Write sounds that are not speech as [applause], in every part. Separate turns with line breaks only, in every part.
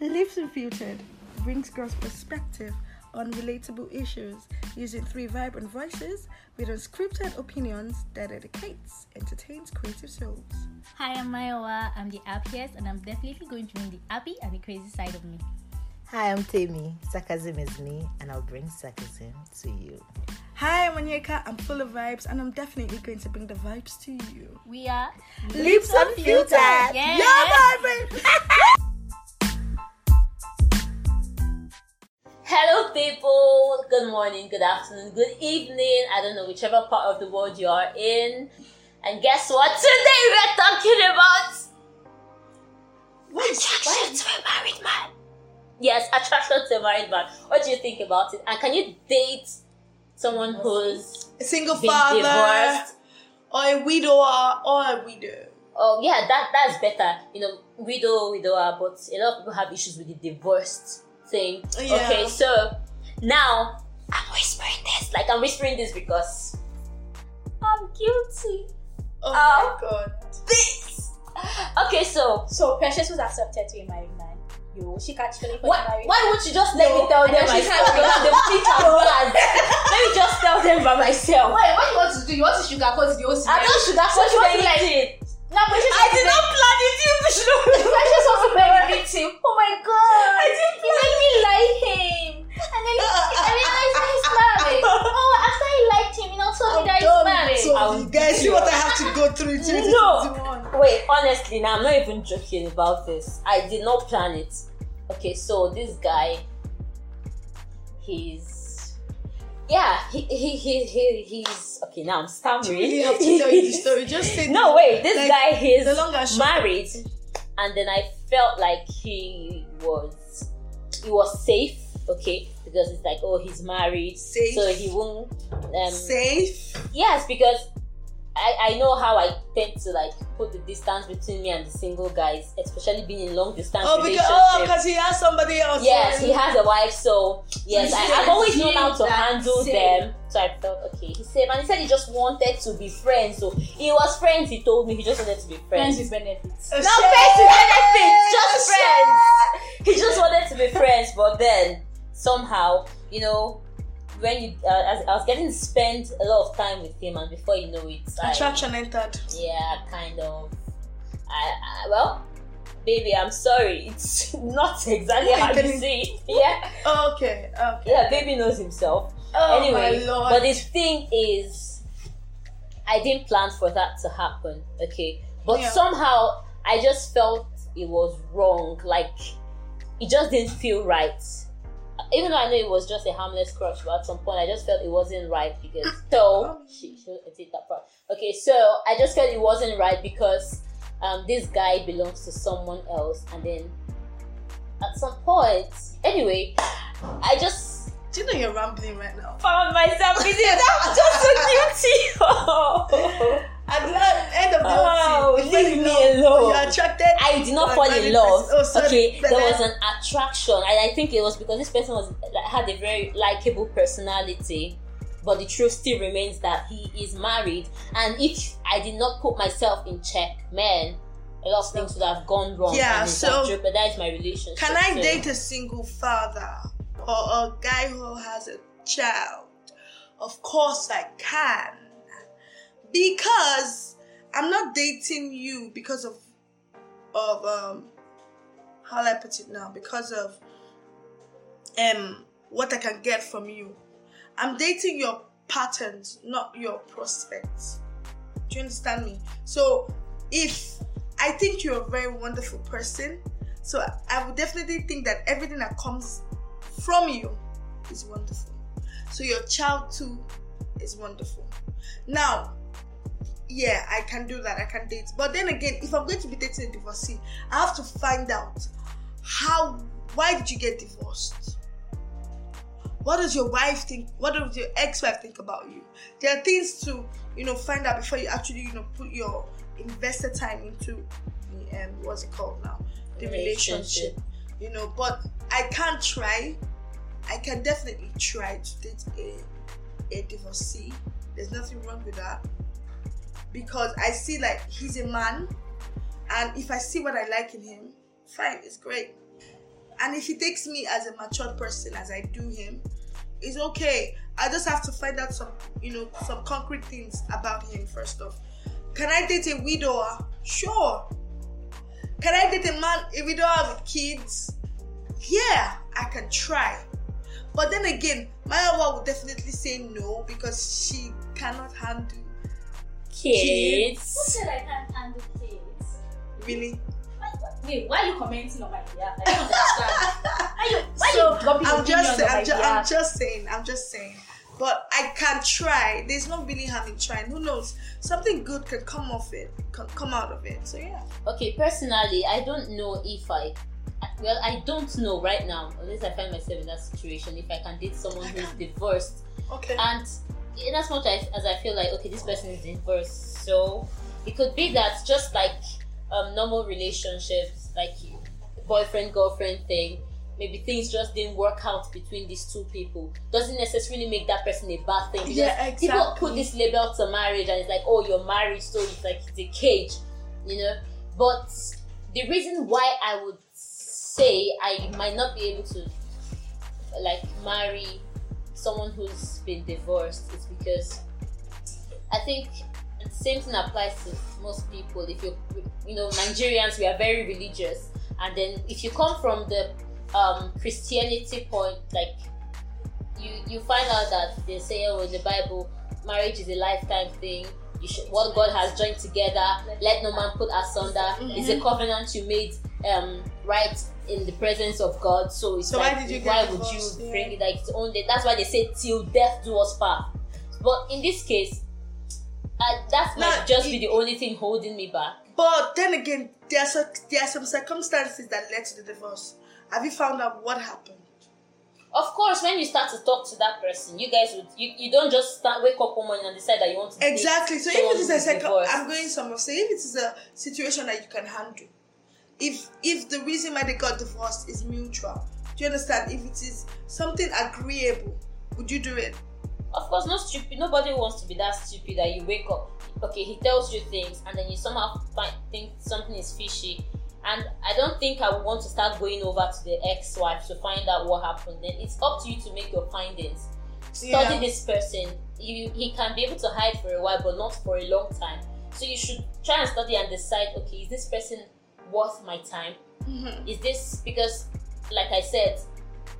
Lives Unfiltered brings girls' perspective on relatable issues using three vibrant voices with unscripted opinions that educates, entertains creative souls.
Hi, I'm Mayowa. I'm the happiest, and I'm definitely going to bring the happy and the crazy side of me.
Hi, I'm Tammy. Sarcasm is me, and I'll bring sarcasm to you.
Hi, I'm Onyeka. I'm full of vibes, and I'm definitely going to bring the vibes to you.
We are
Lips Unfiltered!
Yes.
Yeah, baby!
Hello, people. Good morning, good afternoon, good evening. I don't know whichever part of the world you are in. And guess what? Today we're talking about attraction to a married man. Yes, attraction to a married man. What do you think about it? And can you date someone who's
a single
been
father,
divorced?
or a widower, or a widow.
Oh, yeah, that that's better. You know, widow, widower. But a lot of people have issues with the divorced thing.
Yeah.
Okay, so now I'm whispering this. Like I'm whispering this because I'm guilty.
Oh
Oh.
my god.
this. Okay, so
So Precious was accepted to a married man. Yo, she actually got
why,
married.
why would you just let me tell
and
them
then she's
myself?
happy.
Because they think
[laughs]
I'm bad. Let me just tell them by myself.
Why? What you want to do? You want to sugarcoat the
I
whole scenario?
don't should have
What you want to
anything.
No, Precious. I did not plan it. You should Precious was a very victim. Oh my god! I didn't. He made me like him, and then
Uh,
he, I realized that he's married. Oh, after he liked him, he now told
Oh,
me that he's married.
I'll
So you guys see
do
what I
it.
have to go through. in 2021.
Wait, honestly, now I'm not even joking about this. I did not plan it. Okay, so this guy, he's. Yeah, he, he, he, he, he's. Okay, now I'm
Do
stammering.
you really have to tell you the story?
[laughs]
Just say
No, wait, this
Like,
guy he's
the long and short.
married, and then I felt like he was he was safe, okay, because it's like oh he's married,
Safe.
so he won't. Um,
Safe.
Yes, because I I know how I tend to like put the distance between me and the single guys, especially being in long distance
Oh, because
relationships.
oh, because he has somebody else.
Yes, he has a wife, so yes,
He
I, I've
said
always known
he
how to
that
handle
said.
them. So I thought, okay, he's safe. And he said he just wanted to be friends. So he was friends, he told me he just wanted to be
Friends
friends.
with benefits.
No
Not friends with benefits, just friends. He just wanted to be friends, but then somehow, you know, when you, uh, I, I was getting to spend a lot of time with him, and before you know it, I,
Attraction entered.
yeah, kind of. I, I well, baby, I'm sorry. It's [laughs] not exactly
Yeah,
how you
can-
see. it. [laughs] Yeah,
Oh, Okay. Okay.
yeah, baby knows himself.
Oh my
anyway,
lord.
but the thing is, I didn't plan for that to happen. Okay, but
Yeah.
somehow I just felt it was wrong. Like it just didn't feel right. Even though I know it was just a harmless crush, but at some point I just felt it wasn't right because
[laughs]
so she she did that part. Okay, so I just felt it wasn't right because um, this guy belongs to someone else, and then at some point, anyway, I just
Do you know you're rambling right now?
found myself busy.
[laughs]
That was just so guilty.
At the end of the whole
Oh,
thing, you fell
leave
in
me
love,
alone.
You attracted.
I did not
Oh,
fall
I
in
didn't
love.
press- oh, sorry,
okay,
but
there
then-
was an attraction, and I think it was because this person was had a very likable personality. But the truth still remains that he is married, and if I did not put myself in check, man, a lot of things would have gone wrong.
Yeah,
and it
so-
would have jeopardized my relationship.
Can I
so-
date a single father or a guy who has a child? Of course I can. Because I'm not dating you because of of um how I put it now, because of um what I can get from you. I'm dating your patterns, not your prospects. Do you understand me? So if I think you're a very wonderful person, so I would definitely think that everything that comes from you is wonderful. So your child too is wonderful. Now, yeah, I can do that. I can date. But then again, if I'm going to be dating a divorcee, I have to find out how why did you get divorced? What does your wife think? What does your ex-wife think about you? There are things to you know find out before you actually you know put your investor time into um, what's it called now the
Relationship.
relationship. You know, but I can't try. I can definitely try to date a a divorcee. There's nothing wrong with that because I see like he's a man, and if I see what I like in him, fine, it's great. And if he takes me as a matured person, as I do him, it's okay. I just have to find out some, you know, some concrete things about him first off. Can I date a widower? Sure. Can I date a man, a widower with kids? Yeah, I can try. But then again, my wife would definitely say no because she cannot handle
Kids.
Who said I can't handle kids?
really.
Wait, why are you commenting on my behalf? I don't understand. Why you, why
So,
you dropping
I'm just,
opinions on my
I'm, ju- I'm
behalf?
just saying, I'm just saying. But I can try. There's no really harm in trying. Who knows? Something good can come off it, can come out of it. So yeah.
Okay, personally, I don't know if I. Well, I don't know right now, unless I find myself in that situation, if I can date someone who's divorced
Okay.
And in as much as, as I feel like, okay, this person is divorced, so it could be that just like um, normal relationships, like boyfriend girlfriend thing, maybe things just didn't work out between these two people. Doesn't necessarily make that person a bad thing. because
Yeah,
People put
exactly.
this label to marriage, and it's like, oh, you're married, so it's like it's a cage, you know. But the reason why I would say I might not be able to like marry someone who's been divorced is because I think the same thing applies to most people. If you you know Nigerians, we are very religious, and then if you come from the um, Christianity point, like you you find out that they say oh in the Bible, marriage is a lifetime thing. You should, what God has joined together, let no man put asunder.
Mm-hmm.
It's a covenant you made um, right in the presence of God. So it's
So why
like
did you get
why would
divorced?
you
Yeah.
bring it like it's only that's why they say till death do us part. But in this case, uh, that
No,
might just
it-
be the only thing holding me back.
But then again, there are, some, there are some circumstances that led to the divorce. Have you found out what happened?
Of course, when you start to talk to that person, you guys would you, you don't just start wake up one morning and decide that you want to date
Exactly. So
someone
if it is a
who's
second,
divorced.
I'm going somewhere. So if it is a situation that you can handle, if if the reason why they got divorced is mutual, do you understand? If it is something agreeable, would you do it?
Of course, no stupid. Nobody wants to be that stupid that you wake up. Okay, he tells you things, and then you somehow find, think something is fishy. And I don't think I would want to start going over to the ex-wife to find out what happened. Then it's up to you to make your findings. Study
Yeah.
this person. You, he can be able to hide for a while, but not for a long time. So you should try and study and decide. Okay, is this person worth my time? Is this because, like I said,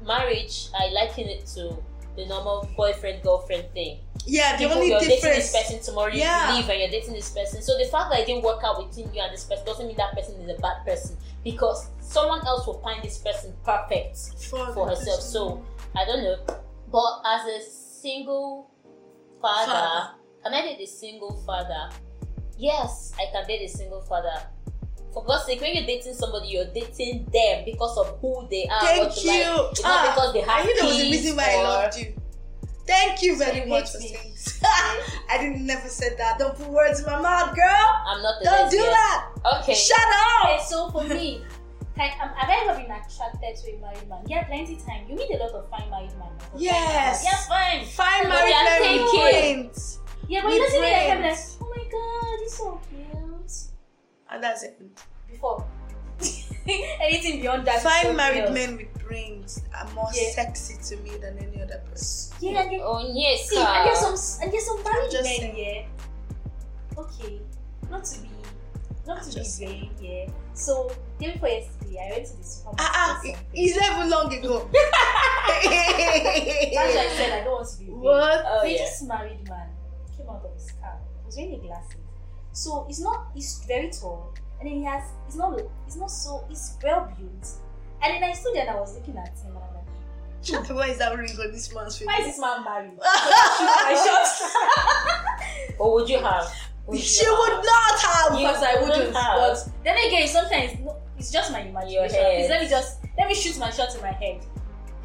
marriage? I liken it to the normal boyfriend girlfriend thing.
Yeah. The
People,
only
you're dating
difference.
this person tomorrow, you
Yeah.
leave, and you're dating this person. So the fact that it didn't work out between you and this person doesn't mean that person is a bad person because someone else will find this person perfect
for,
for herself. So I don't know, but as a single father,
Father.
can I date a single father? Yes, I can date a single father. For God's sake, when you're dating somebody, you're dating them because of who they are. what
Thank
you
you.
Like. It's
Ah,
not because they have
I knew there was a
kids
reason why I
or-
loved you. Thank you very
you
much for
hate me.
saying. I didn't never said that. Don't put words in my mouth, girl.
I'm not the
Don't do
lesbian.
that.
Okay.
Shut up.
Okay, so
[laughs]
for me, like, um, have I ever been attracted to a married man? Yeah, plenty time. You meet a lot of fine married men. okay?
Yes.
Yeah, fine.
Fine
What
married
they are
men
thinking.
point.
Yeah, but
With
you don't see me like, I'm like,
brains.
oh my god, he's so cute.
And that's it.
Before. [laughs] Anything beyond that. is so
Fine married
cute.
men with brains are more
Yeah.
sexy to me than any other person.
Yeah, and they
Oh yes.
See, and there's some and there's some married
just
men
saying.
here. Okay, not to be, not
I'm
to be
just
vain here. So day before yesterday, I went to the supermarket.
Ah, ah,
or
it-
something.
it's even long ago.
That's why I said I don't want
[laughs]
to be vain.
What?
Oh,
Then
yeah.
This married man came out of his car. He was wearing the glasses. So he's not. He's very tall, and then he has. He's not. He's not so. He's well built. And then I stood there and I was looking at him and I'm
[laughs]
like,
Why is that ring on this man's
why is
finger?
this
[laughs]
man married? So I shoot my shots.
[laughs] Or would you have?
[laughs]
Would you
She
have?
would not have.
because I
have.
wouldn't. But then again, sometimes no, it's just my imagination.
Your head.
Please, let me just let me shoot my shot in my head.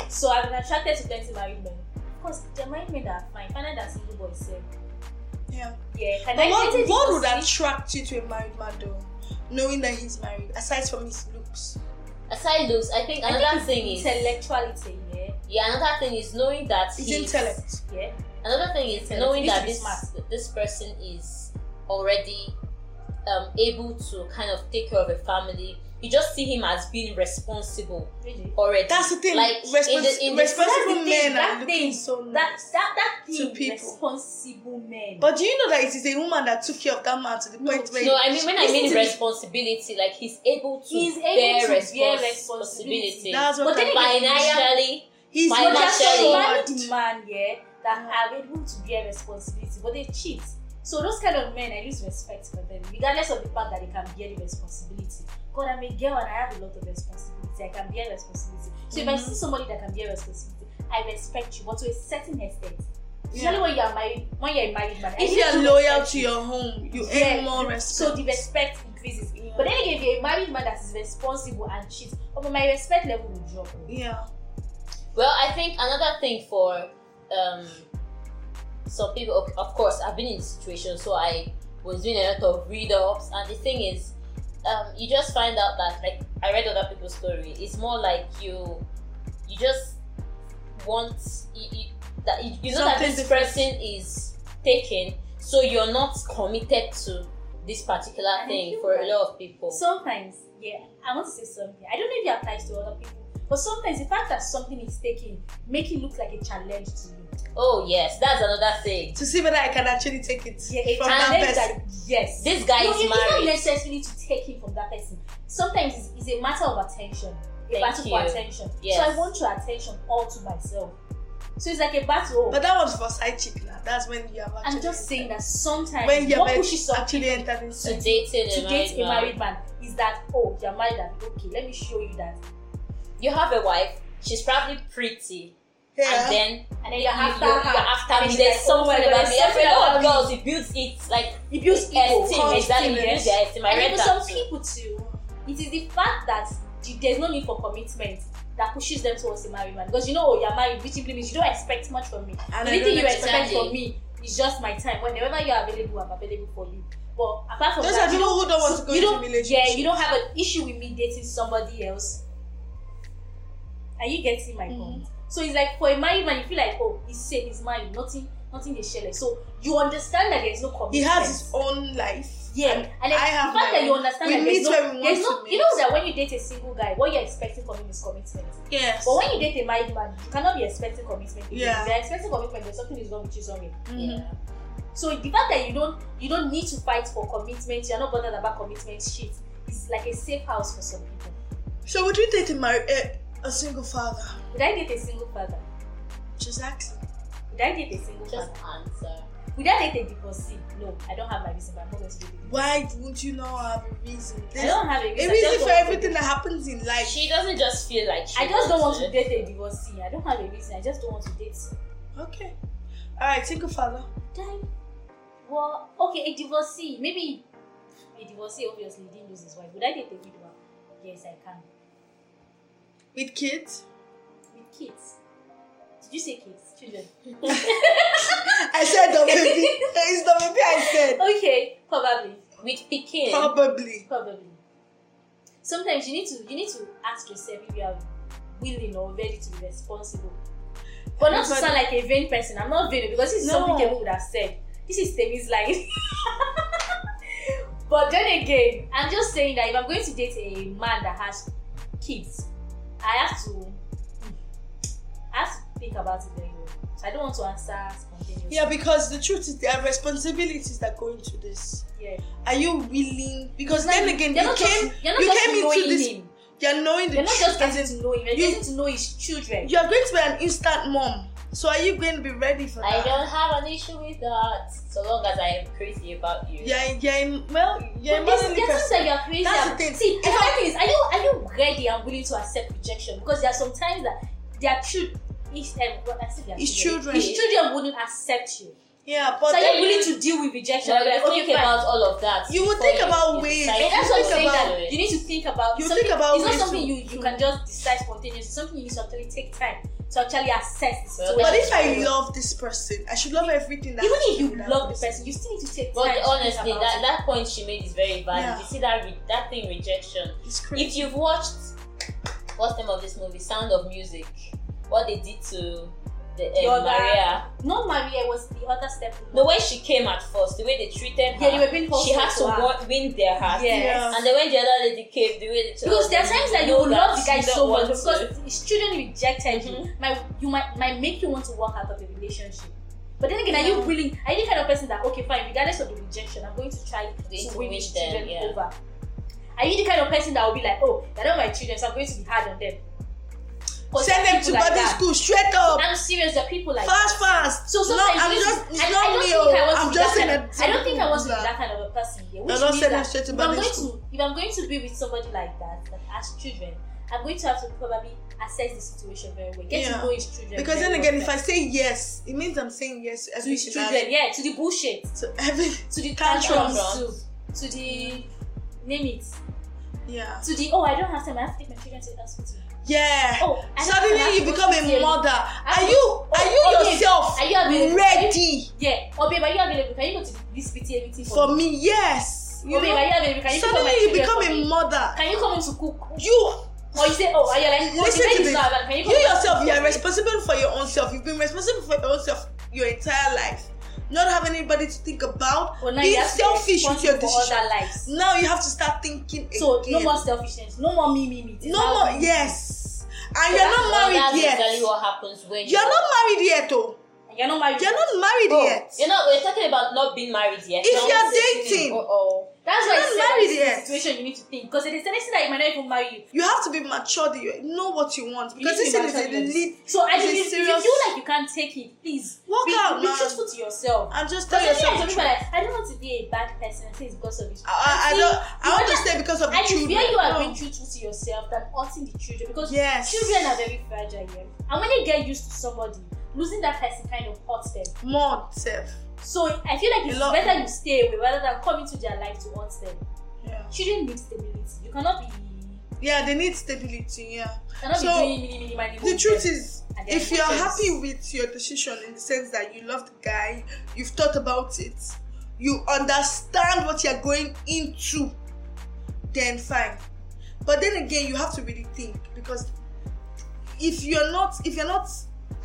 So I've been attracted to plenty married men. Of course, the married men are fine. Find out that single boy said,
Yeah.
yeah. Can
But
I date
what,
a
what would
divorcee?
attract you to a married man though? Knowing that he's married, aside from his looks.
Aside looks, I think
I
another
think it's
thing is
intellectuality. Yeah,
yeah. Another thing is knowing that
His
he's-
intellect.
yeah.
Another thing is
Intellect.
knowing
You need
that
to be
this
smart.
this person is already um, able to kind of take care of a family. You just see him as being responsible
Really?
already.
That's the thing.
Like, in
respons-
the- in the-
responsible
that's the
men
thing,
are
that
looking
thing,
so nice.
That that that
To
thing.
people.
Responsible men.
But do you know that it is a woman that took care of that man to the point where
No, I mean when I
Listen
mean
to me.
responsibility, like he's able to
He's able
bear
to bear
respons- responsibility.
responsibility.
That's what
But
I'm-
then again,
Financially,
he's
my
But
not
there's
Financially.
some
so
married man, yeah, that are able to bear responsibility, but they cheat. So those kind of men, I lose respect for them, regardless of the fact that they can bear the responsibility. God, I'm a girl and I have a lot of responsibility. I can bear responsibility. So if I
Mm-hmm.
see somebody that can bear responsibility, I respect you, but to a certain extent. Usually when you are married, when you're a married man, I
If
need
you are
to
loyal
respect
to your home, you
Yeah,
earn more respect.
so the respect increases. But then again, if you're a married man that is responsible and cheats, but my respect level will drop.
yeah,
Well, I think another thing for um, some people, of- of course, I've been in this situation, so I was doing a lot of read ups, and the thing is, um, you just find out that like I read other people's story. It's more like you, you just want you, you, that you, you know that
Something
this
different.
person is taken, so you're not committed to this particular
I
thing
feel
for
like-
a lot of people.
Sometimes, yeah, I want to say something. I don't know if it applies to other people, but sometimes the fact that something is taken make it look like a challenge to you.
oh yes, that's another thing.
to see whether I can actually take it
Yeah, a
from that
challenge
person.
that yes.
This guy
no,
is
it's not
married.
necessarily to take it from that person. Sometimes it's, it's a matter of attention, a
Thank
battle for
you.
attention.
Yes.
So I want your attention all to myself. So it's like a battle.
But that was for side chick now. That's when you have actually.
I'm just saying that sometimes
when you're
what
meant-
pushes some
actually entered
To
inside.
dating
to date a married man is that oh you're married and okay let me show you that
you have a wife, she's probably pretty,
Yeah.
and then
and
you,
then you're
you,
after
you're
her
after
And
me.
she's
There's
like, oh my
something
God, oh
about
there's
me. Every
something
lot of
about
girls, it builds it like
it builds ego
oh, esteem, exactly. You build their esteem. I
and
read
even
that
some
too.
people too it is the fact that the- there's no need for commitment that pushes them towards a married man because you know oh you're married which simply means you don't expect much from me
And
the
I
only thing
don't
you expect
expect
from
it.
me is just my time whenever you're available I'm available for you but apart from
Those
that
are
you
people who don't want to go
you
into
don't yeah
relationships.
you don't have an issue with me dating somebody else are you getting my point so it's like for a married man you feel like oh he's safe he's married nothing nothing is shele so you understand that there's no commitment
He has his own life.
yeah and,
And
then
I have
the fact
my
that you
own.
understand
We
that
meet
there's
where
no,
we want
there's
to
no you
meet.
know that when you date a single guy what you're expecting from him is commitment
Yes.
but when you date a married man you cannot be expecting commitment If
Yeah.
you're expecting commitment there's something is wrong with you somewhere
Mhm.
yeah.
so the fact that you don't you don't need to fight for commitment you're not bothered about commitment shit is like a safe house for some people
So would you date a, mar- a, a single father?
Would I date a single father?
Just ask.
Would I date a single
Just
father?
answer.
Would I date a divorcee? No, I don't have my reason, but I'm not going to date a divorcee.
Why would you not have a reason?
I
There's
don't have a
a
reason. I just
reason
don't
for
want to
everything
date-
that happens in life.
She doesn't just feel like she
I just don't
wants
want to
it.
date a divorcee. I don't have a reason. I just don't want to date.
Okay. All right, single father.
Die. Well, okay, a divorcee. Maybe a divorcee obviously didn't lose his wife. Would I date a widower? Yes, I can.
With kids.
With kids. Did you say kids? Children.
I said the baby. [laughs] it's the baby I
[laughs]
said.
Okay, probably.
With picking.
Probably.
Probably. Sometimes you need to you need to ask yourself if you are willing or ready to be responsible. But not to
Everybody-
sound like a vain person. I'm not vain because this is
No.
something people would have said. This is Temi's life. [laughs] but then again, I'm just saying that if I'm going to date a man that has kids, I have to I have to think about it very well. So I don't want to answer spontaneously.
Yeah, because the truth is there are responsibilities that go into this.
Yeah.
Are you willing? Because
Like,
then again,
you're
you
not
came,
just, you're not
you
just
came into
knowing
this.
him.
You're knowing the
You're not just
truth. as
getting to know him, you're
you-
getting to know his children.
in- You're going to be an instant mom. So are you going to be ready for
I
that?
don't have an issue with that, so long as I am crazy about you.
Yeah, yeah. Well, yeah.
but this, there are things that you're crazy.
That's the
about-
thing.
See,
If
and
I-
that is, are you are you ready and willing to accept rejection? Because there are some times that their children, his, um, well, I said their
His children.
his children wouldn't accept you.
Yeah, but
so are
then
you willing to deal with rejection?
Well,
Like,
you think
okay, fine.
about all of that.
You would
before
think about
you
ways.
decide
You
And that's
to
what I'm
think
saying.
about
That
it.
you need to think about.
You
something-
think about
It's not
ways
something
to-
you, you can just decide spontaneously. It's something you need to actually take time to actually assess
Well,
the situation.
But if I love this person, I should love everything that.
even if you
that
love the person, you still need to take
But
time. to
honestly,
think about
that,
it.
that point she made is very valid.
Yeah.
You see that re- that thing rejection.
It's
If
crazy.
you've watched what's the name of this movie, Sound of Music, what they did to the,
The
um,
other-
Maria.
Not Maria, it was the other step.
The way she came at first, the way they treated her,
Yeah, they were being
she
hostile
had
to
to
her.
wa- win their heart.
Yes.
And then when the other lady came, the way they told
Because
her,
there are times that you
know
will love the
that Mm-hmm.
guy
you don't
so much
want
because
to.
his children rejected you. Might you might might make you want to walk out of the relationship. But then again, are you willing? Are you the kind of person that okay, fine, regardless of the rejection, I'm going to try
Going
to,
to
win
win
these
them,
children
yeah.
over? Are you the kind of person that will be like, oh, they're not my children, so I'm going to be hard on them? 'Cause
Send
there are
them to
people like
boarding
that.
school straight up.
I'm serious. There are people like
Fast, fast.
So
no,
sometimes
I'm
you-
just. It's
I,
not
I don't
me.
think I
oh.
want
I'm
to
just
be
saying
that
that.
kind of, I don't think I want to be that kind of a person. Here, which
I'm not
means
sending
that
straight to
if I'm
Bible
going
school.
to if I'm going to be with somebody like that that has children, I'm going to have to probably assess the situation very well. Get
Yeah.
to know his children.
Because
very
then
well
again, if I
first.
say yes, it means I'm saying yes to
to his
everything.
children, yeah, to the bullshit,
I- To every.
[laughs] to the
Tantrums.
tantrums, to, to the name it,
Yeah.
to the oh I don't have time. I have to take my children to the hospital.
Yeah.
Oh, I don't have time, I have
Suddenly
to
you
go
become
to the-
a mother. Are you? Are
oh,
you
babe,
yourself
are you available?
ready
Yeah. Oh babe, are you available? Can you go to this PTA meeting for,
for me? Yes.
Oh
You
babe,
know?
are you available? Can you pick up my
Suddenly you
children
become
for me?
a mother.
Can you come in to cook?
You.
Or you say, oh, are you like, no,
Listen
the
to
baby's
this.
not available. Can
You
you come back
yourself,
to
you are
cook?
responsible for your own self. You've been responsible for your own self your entire life. Not having anybody to think about.
Well, Oh, now you
being
have to be
selfish with your
responsible for
decision.
Other lives.
Now you have to start thinking
So
again.
no more selfishness. No more me, me, me. It's
No
now
more.
me.
Yes. And
So
you're
that's-
not married
That's exactly
yet.
what happens when
You're not married yet, oh.
And You're not married.
You're not married
Oh,
yet.
You know, we're talking about not being married yet.
If
No,
you're
it's a
dating,
feeling. Oh,
That's
you're
why
not
it's that
married
this is the
yet.
situation you need to think because it is the next that you might not even marry you.
You have to be mature. that You know what you want
You need
because
to be
this thing is a
mature in this.
lead.
So I
it's a
think if, if you
serious-
feel like you can't take it, please
Walk
be,
out,
be
man.
truthful to yourself.
And just tell
Because
yourself.
sometimes
the
some people
truth.
are like, I don't want to be a bad person. I think it's because of this.
I, I
See,
don't. I want
you
to
know that-
stay because of the
I
children.
prefer you are
No.
being truthful to yourself than hurting the children because
Yes.
children are very fragile yeah? and when they get used to somebody losing that person kind of hurts them
more self.
so i feel like
A
it's
lot.
better you stay away rather than come into their life to hurt them
Yeah.
children need stability you cannot be
Yeah, they need stability. Yeah.
cannot
So,
be doing mini mini money
The truth is,
And their
if you're
emotions.
happy with your decision in the sense that you love the guy, you've thought about it, you understand what you're going into, then fine. But then again, you have to really think because if you're not if you're not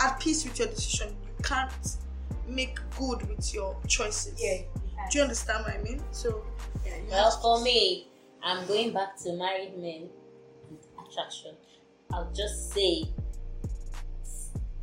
at peace with your decision, you can't make good with your choices.
yeah
Do you understand what I mean? So yeah, you
Well,
have to-
for me, I'm going back to married men and attraction. I'll just say,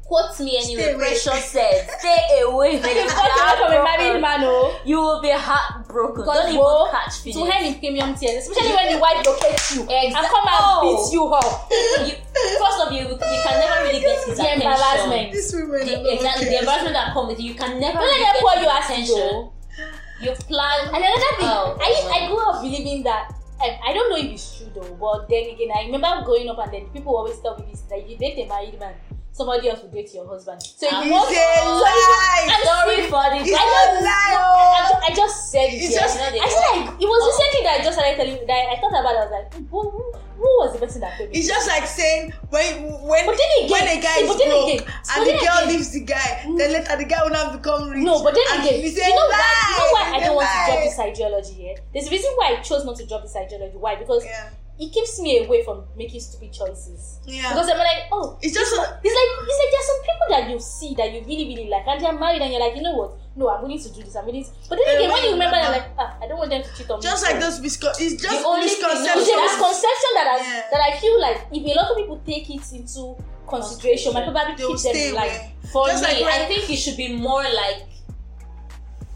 quote me
Stay
anyway.
away.
Precious said, stay
[laughs]
away from
If you cut away from a married man, oh,
You will be heartbroken.
God,
Don't
woe
even catch
to hell
feelings.
in premium tears, especially when the wife locates you
Exactly.
and come and beat you up.
you, first of all, you, you can never really get his
The
attention.
embarrassment.
This woman
The,
alone
exactly, the
cares.
embarrassment that comes with it, you can never
Don't
really
let
get
them pour your
his
attention.
attention. You plan.
And another thing,
Oh,
I, I
man.
grew up believing that. Um, I don't know if it's true though, but then again, I remember growing up and then people always tell me this: that if you date a married man, somebody else will date your husband. So if you
It's
want,
a
so if you-
lie.
I'm
Sorry
serious.
for the
It's
I
a
don't-
lie.
I ju- I just said it.
It's
yeah.
just- Oh.
I feel like it was recently that I just started telling that I thought about it. I was like, who, who, who was the person that paid me?
It's just like saying when when
But then again,
when a guy
see,
is
but then
broke
again, but
and the
then
girl
again-
leaves the guy, then later the guy will not become rich.
No, but then
and
again,
he
you
say,
know why? You know why
"Lie,
I don't want to drop
lie."
this ideology here. There's a reason why I chose not to drop this ideology. Why? Because
Yeah,
it keeps me away from making stupid choices.
yeah.
Because I'm like, oh,
it's just a,
It's like it's like there's some people that you see that you really really like, and they're married, and you're like, you know what? No, I'm willing to do this. I'm willing. To... But then
Yeah,
again,
when
when you
you
remember, you're like,
remember-
ah, I don't want them to cheat on me.
just like those misco- It's just
only thing-
misconception.
It's a misconception that I
Yeah.
that I feel like if a lot of people take it into consideration, might probably
They will
keep them
stay
in life.
away.
For
Just
me,
like when-
I think it should be more like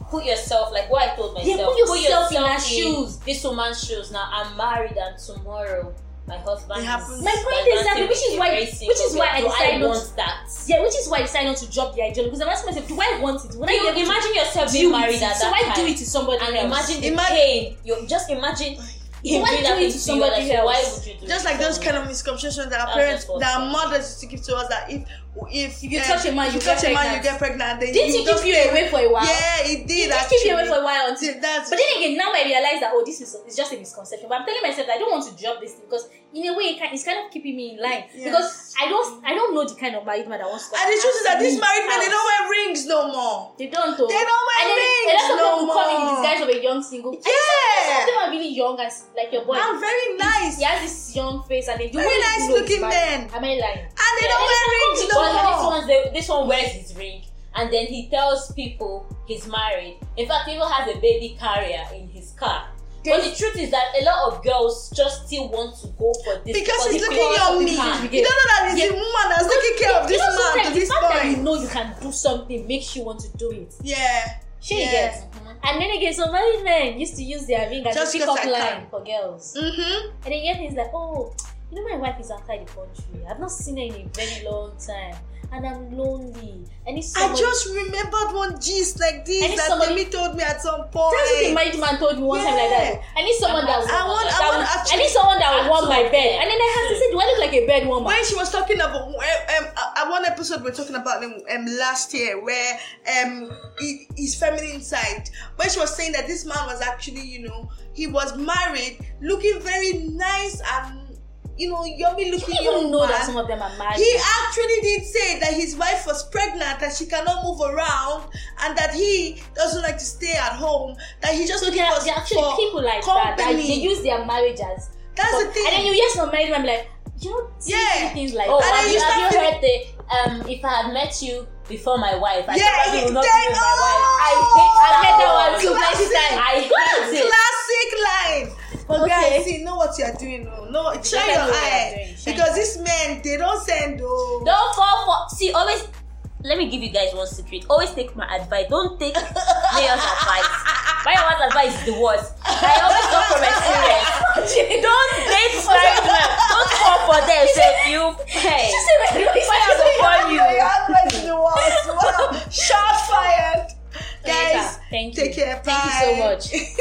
put yourself, like what I told myself.
Yeah, put yourself in her shoes.
This woman's shoes. Now I'm married, and tomorrow my husband.
It
is
happens.
My point
diagnosed
is that-
with
which is why-
every
which
single
is why I
thing. Do
decided not
want that.
Yeah, which is why I decided not to drop the ideology because I'm asking myself, do I want it? Would I be able
You
to
imagine yourself
do
being
it?
married at
so
that
why
time,
do it to somebody
and
else?
imagine the
Imagine-
pain. You just imagine. him
why
doing
do
that
it
thing
to
you, and I
somebody
say, Why
else?
would you do
Just
it
like
to
those
me?
kind of misconceptions that our
That's
parents,
just
that our mothers used to give to us that if if,
If you
um,
touch a man,
if
you
you
get
touch a man,
pregnant.
you get pregnant. Then
Didn't it
just
keep you
stay-
away for a while?
Yeah, it did.
It just keep you away for a
actually.
while until
That's
But then again, now I realize that oh, this is it's just a misconception. But I'm telling myself that I don't want to drop this thing because in a way, it can, it's kind of keeping me in line
Yes.
because I don't I don't know the kind of married man that wants to.
and the truth is that these married men they
out.
don't wear rings no more.
They don't. Though.
They don't wear
and then
rings
a
no
lot of them will come in
more.
disguise of a young single.
Yeah.
Some of them are really young and s- like your boy.
I'm very nice.
He has this young face and they do
Very
really
nice
know he's
looking men.
married. Am I lying?
And they don't wear rings no
Well, this
more.
one's the, this one wears his ring, and then he tells people he's married. In fact, he even has a baby carrier in his car. But the truth is that a lot of girls just still want to go for this
Because
for
he's
the
looking young.
purity part.
You don't know that it's the woman that's taking care of
You
this
know,
man to
sometimes the
this
fact that you
point.
know you can do something makes you want to do it.
Yeah.
She
Yeah.
gets. And then again, so many men used to use their ring as
Just
a
'cause
pick-up
I
line
can.
for girls.
Mm-hmm.
And then yet he's like, oh, you know my wife is outside the country. I've not seen her in a very long time, and I'm lonely. I need
I
someone.
just remembered one gist like
I
this
need
that
somebody-
Demi told me at some
That's what the
point.
married man told me one time like
Yeah.
that. I need someone that will,
I want- I
that
want
will-
actually-
I need someone that will warm my
actually-
bed. And then I had to say, do I look like a bed warmer?
When she was talking about um, uh, uh, one episode we are talking about um, um, last year where um he- his feminine side when she was saying that this man was actually you know he was married looking very nice and you know yummy looking
You
young
even know
man.
that some of them are married.
He actually did say that his wife was pregnant and she cannot move around and that he doesn't like to stay at home. That he just
so there
looking
are,
for-
there are actually
for
people like that, that
company.
they use their marriage as.
That's the
but-
thing.
And then you hear some married man be like, you don't
Yeah.
see things like
Oh,
And
that.
then
have
you
you, have you
start
heard the um? If I had met you before my wife, I
Yeah,
probably would not
they-
be with my wife. I
oh,
hate that.
I've heard that one too
classic.
many
[laughs]
times.
I hate it.
Classic line. But
Okay.
guys, see, know what you are doing. No, no, shine your
know what you are
eye
doing, shine
because these men they don't send. Oh,
Don't fall for. See, always. Let me give you guys one secret. Always take my advice. Don't take Mayor's advice. Mayor's advice is the worst. I always come from
[laughs]
experience. Don't date married men. Don't fall for them. Say you pay. Mayor's
[laughs]
upon you.
Your advice is the worst. Wow. Shot fired.
Later.
Guys,
Thank you.
take care.
Thank you so
Bye.
much.